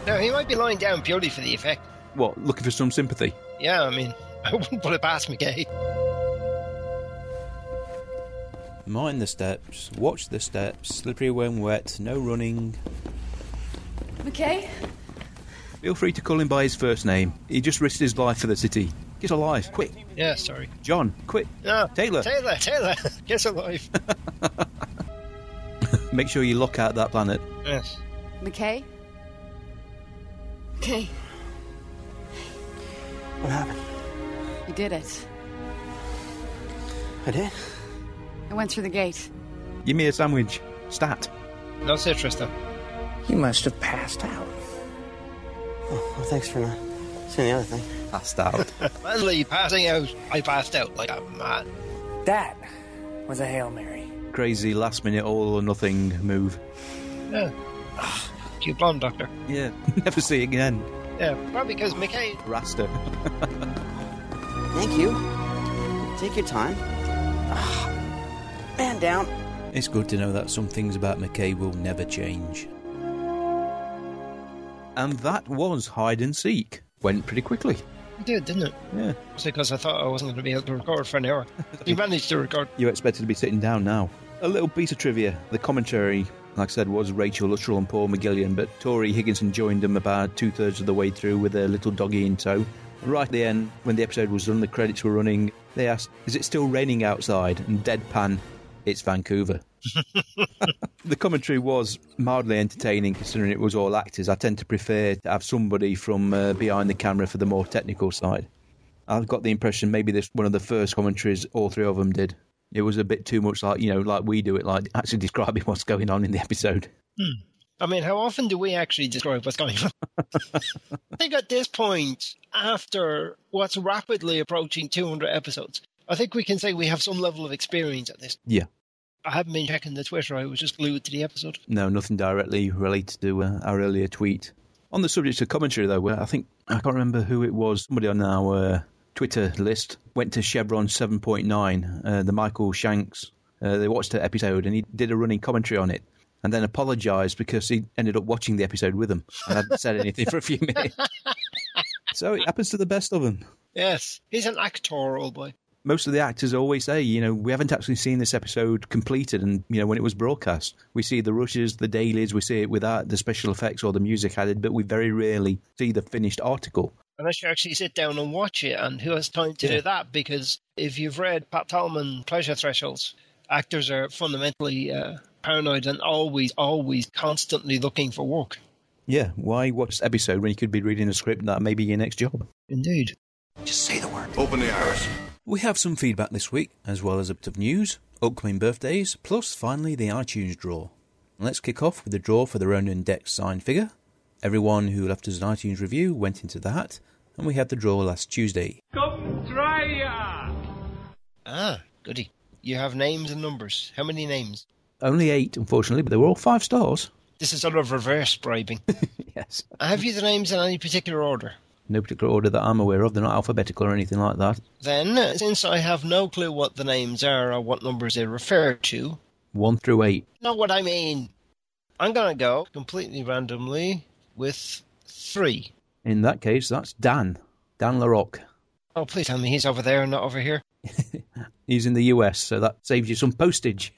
No, he might be lying down purely for the effect. What, looking for some sympathy? Yeah, I mean, I wouldn't put it past McKay. Mind the steps, watch the steps, slippery when wet, no running. McKay? Feel free to call him by his first name. He just risked his life for the city. Get alive, quick. Yeah, sorry. John, quick. Ah, Taylor. Taylor, Taylor, get alive. Make sure you lock out that planet. Yes. McKay? McKay. What happened? You did it. I did? I went through the gate. Give me a sandwich. Stat. That's it, Tristan. You must have passed out. Oh, well, thanks for not saying the other thing. Passed out. Finally, passing out. I passed out like a man. That was a Hail Mary. Crazy last minute all or nothing move. Yeah. You blonde doctor. Yeah. Never see again. Yeah, probably because McKay. Rasta. Thank you. Take your time. Ah, Man down. It's good to know that some things about McKay will never change. And that was hide and seek. Went pretty quickly. It did, didn't it? Yeah. It's because I thought I wasn't going to be able to record for an hour. you managed to record. You're expected to be sitting down now. A little piece of trivia. The commentary, like I said, was Rachel Luttrell and Paul McGillian, but Tori Higginson joined them about two thirds of the way through with their little doggy in tow. Right at the end, when the episode was done, the credits were running. They asked, Is it still raining outside? And deadpan, It's Vancouver. the commentary was mildly entertaining considering it was all actors. I tend to prefer to have somebody from uh, behind the camera for the more technical side. I've got the impression maybe this one of the first commentaries all three of them did. It was a bit too much like, you know, like we do it, like actually describing what's going on in the episode. Hmm. I mean, how often do we actually describe what's going on? I think at this point, after what's rapidly approaching 200 episodes, I think we can say we have some level of experience at this. Yeah. I haven't been checking the Twitter. I was just glued to the episode. No, nothing directly related to uh, our earlier tweet. On the subject of commentary, though, where I think I can't remember who it was. Somebody on our uh, Twitter list went to Chevron 7.9, uh, the Michael Shanks. Uh, they watched the episode and he did a running commentary on it and then apologised because he ended up watching the episode with them and hadn't said anything for a few minutes. so it happens to the best of them. Yes, he's an actoral boy most of the actors always say, you know, we haven't actually seen this episode completed and, you know, when it was broadcast. We see the rushes, the dailies, we see it without the special effects or the music added, but we very rarely see the finished article. Unless you actually sit down and watch it, and who has time to yeah. do that? Because if you've read Pat Talman, Pleasure Thresholds, actors are fundamentally uh, paranoid and always, always constantly looking for work. Yeah, why watch episode when you could be reading a script that may be your next job? Indeed. Just say the word. Open the iris. We have some feedback this week, as well as a bit of news, upcoming birthdays, plus finally the iTunes draw. Let's kick off with the draw for the Ronan Dex signed figure. Everyone who left us an iTunes review went into the hat, and we had the draw last Tuesday. Come try ya! Ah, goody. You have names and numbers. How many names? Only eight, unfortunately, but they were all five stars. This is sort of reverse bribing. yes. Have you the names in any particular order? no particular order that I'm aware of. They're not alphabetical or anything like that. Then, since I have no clue what the names are or what numbers they refer to, one through eight. Not what I mean. I'm going to go completely randomly with three. In that case, that's Dan. Dan LaRocque. Oh, please tell me he's over there and not over here. he's in the US, so that saves you some postage.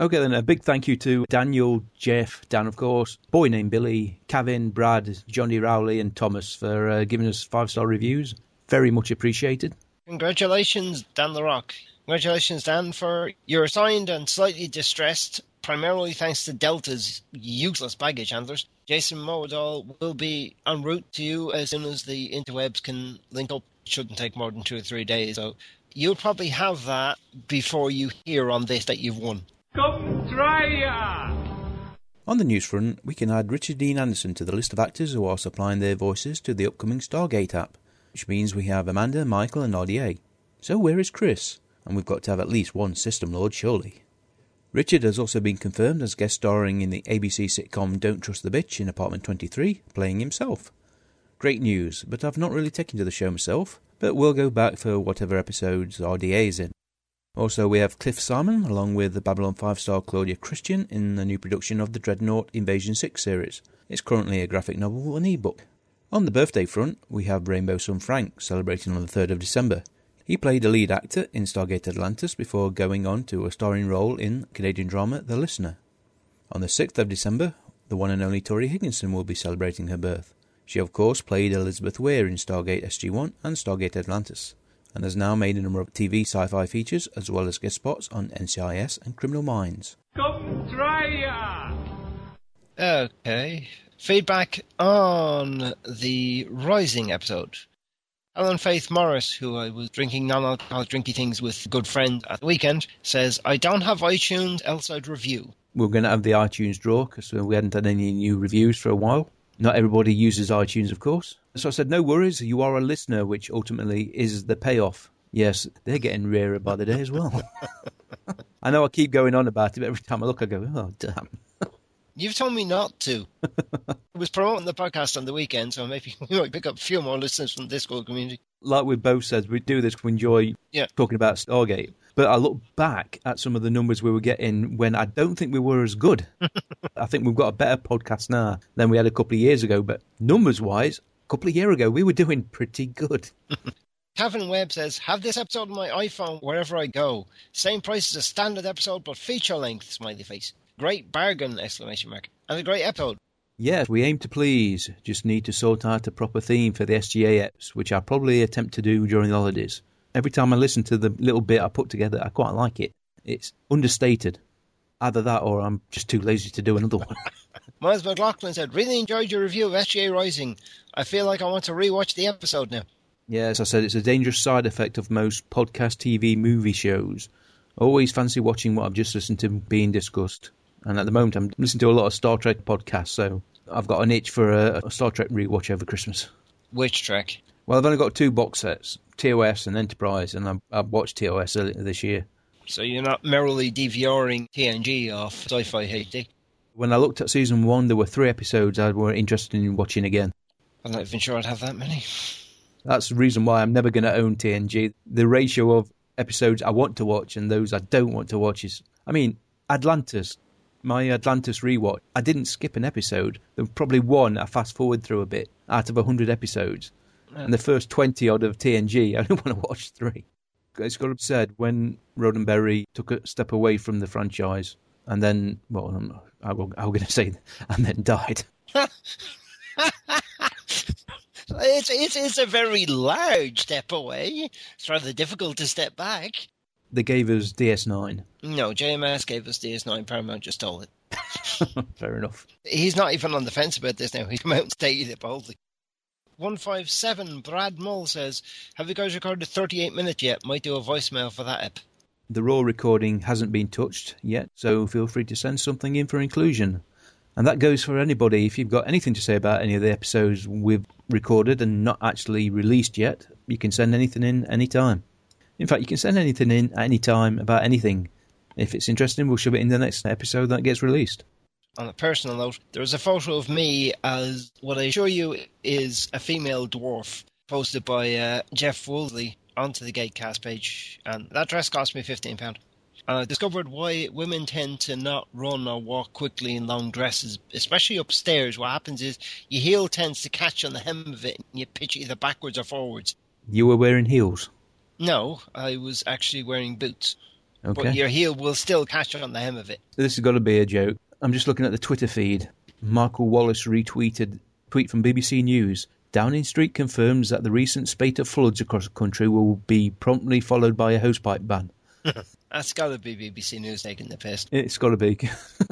Okay, then a big thank you to Daniel, Jeff, Dan, of course, boy named Billy, Kevin, Brad, Johnny Rowley, and Thomas for uh, giving us five star reviews. Very much appreciated. Congratulations, Dan the Rock. Congratulations, Dan, for you're assigned and slightly distressed, primarily thanks to Delta's useless baggage handlers. Jason Moadol will be en route to you as soon as the interwebs can link up. It shouldn't take more than two or three days, so you'll probably have that before you hear on this that you've won. On the news front, we can add Richard Dean Anderson to the list of actors who are supplying their voices to the upcoming Stargate app, which means we have Amanda, Michael, and RDA. So where is Chris? And we've got to have at least one system lord, surely. Richard has also been confirmed as guest starring in the ABC sitcom Don't Trust the Bitch in Apartment 23, playing himself. Great news, but I've not really taken to the show myself, but we'll go back for whatever episodes RDA is in. Also, we have Cliff Simon, along with the Babylon 5 star Claudia Christian, in the new production of the Dreadnought Invasion 6 series. It's currently a graphic novel and ebook. On the birthday front, we have Rainbow Sun Frank, celebrating on the 3rd of December. He played a lead actor in Stargate Atlantis before going on to a starring role in Canadian drama The Listener. On the 6th of December, the one and only Tori Higginson will be celebrating her birth. She, of course, played Elizabeth Weir in Stargate SG-1 and Stargate Atlantis, and has now made a number of TV sci-fi features as well as guest spots on NCIS and Criminal Minds. Come try ya! Okay. Feedback on the Rising episode. Alan Faith Morris, who I was drinking non-alcoholic drinky things with a good friend at the weekend, says, I don't have iTunes, else I'd review. We are going to have the iTunes draw because we hadn't had any new reviews for a while. Not everybody uses iTunes, of course. So I said, no worries, you are a listener, which ultimately is the payoff. Yes, they're getting rarer by the day as well. I know I keep going on about it, but every time I look, I go, oh, damn. You've told me not to. I was promoting the podcast on the weekend, so maybe we might pick up a few more listeners from the Discord community. Like we both said, we do this to enjoy Yeah. talking about Stargate. But I look back at some of the numbers we were getting when I don't think we were as good. I think we've got a better podcast now than we had a couple of years ago. But numbers wise, a couple of years ago, we were doing pretty good. Kevin Webb says, Have this episode on my iPhone wherever I go. Same price as a standard episode, but feature length, smiley face. Great bargain, exclamation mark. And a great episode. Yes, we aim to please. Just need to sort out a proper theme for the SGA eps, which I probably attempt to do during the holidays. Every time I listen to the little bit I put together, I quite like it. It's understated. Either that or I'm just too lazy to do another one. Miles McLaughlin said, Really enjoyed your review of SGA Rising. I feel like I want to rewatch the episode now. Yeah, as I said, it's a dangerous side effect of most podcast, TV, movie shows. I always fancy watching what I've just listened to being discussed. And at the moment, I'm listening to a lot of Star Trek podcasts, so I've got an itch for a, a Star Trek rewatch over Christmas. Which track? Well, I've only got two box sets, TOS and Enterprise, and I, I watched TOS earlier this year. So you're not merrily DVRing TNG off Sci Fi HD. When I looked at season one, there were three episodes I were interested in watching again. I'm not even sure I'd have that many. That's the reason why I'm never going to own TNG. The ratio of episodes I want to watch and those I don't want to watch is. I mean, Atlantis, my Atlantis rewatch, I didn't skip an episode. There was probably one I fast forward through a bit out of 100 episodes. And the first 20 odd of TNG, I only want to watch three. It's got to be said, when Roddenberry took a step away from the franchise and then, well, I'm, I will- I was going to say, and then died. It's, it's, it's a very large step away. It's rather difficult to step back. They gave us DS9. No, JMS gave us DS9, Paramount just stole it. Fair enough. He's not even on the fence about this now. He's come out and stated it boldly. 157, Brad Mull says, Have you guys recorded 38 minutes yet? Might do a voicemail for that ep. The raw recording hasn't been touched yet, so feel free to send something in for inclusion. And that goes for anybody. If you've got anything to say about any of the episodes we've recorded and not actually released yet, you can send anything in anytime. In fact, you can send anything in at any time about anything. If it's interesting, we'll shove it in the next episode that gets released. On a personal note, there is a photo of me as what I assure you is a female dwarf posted by uh, Jeff Woolsey onto the Gatecast page, and that dress cost me £15. And I discovered why women tend to not run or walk quickly in long dresses, especially upstairs. What happens is your heel tends to catch on the hem of it and you pitch either backwards or forwards. You were wearing heels. No, I was actually wearing boots. Okay. But your heel will still catch on the hem of it. This has got to be a joke. I'm just looking at the Twitter feed. Michael Wallace retweeted a tweet from BBC News. Downing Street confirms that the recent spate of floods across the country will be promptly followed by a hosepipe ban. That's got to be BBC News taking the piss. It's got to be.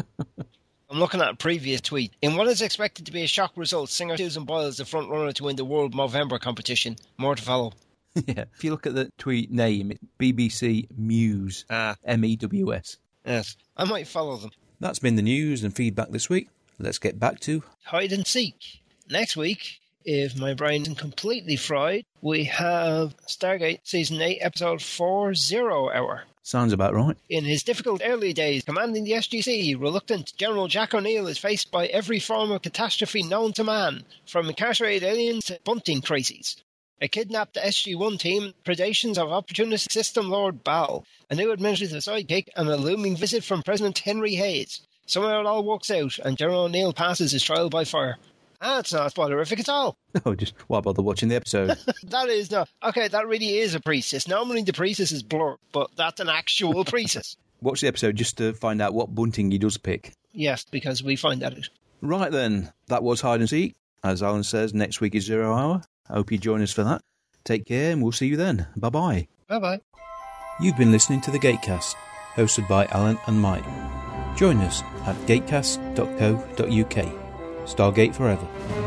I'm looking at a previous tweet. In what is expected to be a shock result, singer Susan Boyle is the front runner to win the World Movember competition. More to follow. yeah. If you look at the tweet name, it's BBC Muse. Ah. M E W S. Yes. I might follow them. That's been the news and feedback this week. Let's get back to Hide and seek. Next week, if my brain isn't completely fried, we have Stargate Season 8, Episode 40 Hour. Sounds about right. In his difficult early days commanding the SGC, reluctant General Jack O'Neill is faced by every form of catastrophe known to man, from incarcerated aliens to bunting crises. A kidnapped SG-1 team, predations of opportunist system Lord Bal, a new administrative sidekick, and a looming visit from President Henry Hayes. Somehow it all works out, and General O'Neill passes his trial by fire. That's not spoilerific at all. No, Oh, just why bother watching the episode? That is not. Okay, that really is a priestess. Normally the priestess is blur, but that's an actual priestess. Watch the episode just to find out what bunting he does pick. Yes, because we find that out. Right then, that was Hide and Seek. As Alan says, next week is Zero Hour. I hope you join us for that. Take care and we'll see you then. Bye bye. Bye bye. You've been listening to The Gatecast, hosted by Alan and Mike. Join us at gatecast.co.uk. Stargate Forever.